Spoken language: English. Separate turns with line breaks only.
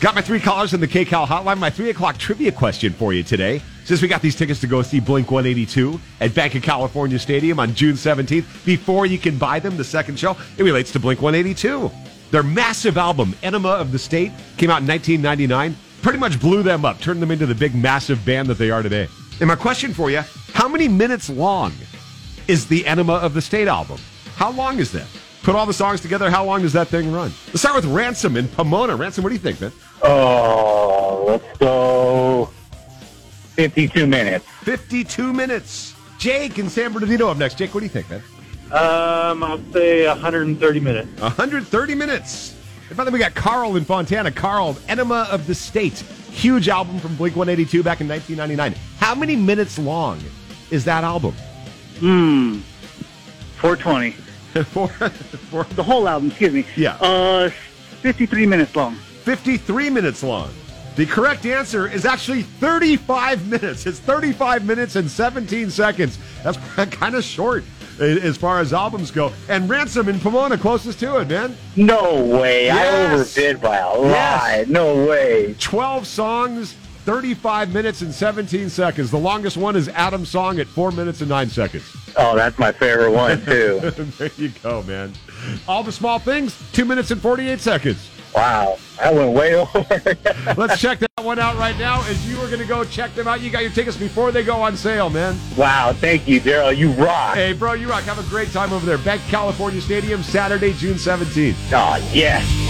Got my three callers in the KCAL hotline. My three o'clock trivia question for you today. Since we got these tickets to go see Blink 182 at Bank of California Stadium on June 17th, before you can buy them, the second show, it relates to Blink 182. Their massive album, Enema of the State, came out in 1999, pretty much blew them up, turned them into the big, massive band that they are today. And my question for you how many minutes long is the Enema of the State album. How long is that? Put all the songs together, how long does that thing run? Let's start with Ransom in Pomona. Ransom, what do you think, man?
Oh, let's go. 52 minutes.
52 minutes. Jake in San Bernardino up next. Jake, what do you think, man?
Um, I'll say 130 minutes.
130 minutes. And by the way, we got Carl in Fontana. Carl, Enema of the State. Huge album from Blink 182 back in 1999. How many minutes long is that album?
Hmm. 420.
for, for
The whole album, excuse me.
Yeah.
Uh, 53 minutes long.
53 minutes long. The correct answer is actually 35 minutes. It's 35 minutes and 17 seconds. That's kind of short i- as far as albums go. And Ransom in Pomona, closest to it, man.
No way.
Yes.
I overbid by a lot.
Yes.
No way.
12 songs, 35 minutes and 17 seconds. The longest one is Adam's song at 4 minutes and 9 seconds.
Oh, that's my favorite one, too.
there you go, man. All the small things, 2 minutes and 48 seconds.
wow. I went way over.
Let's check that one out right now as you are going to go check them out. You got your tickets before they go on sale, man.
wow. Thank you, Daryl. You rock.
Hey, bro, you rock. Have a great time over there. Back California Stadium, Saturday, June 17th.
Oh, yes.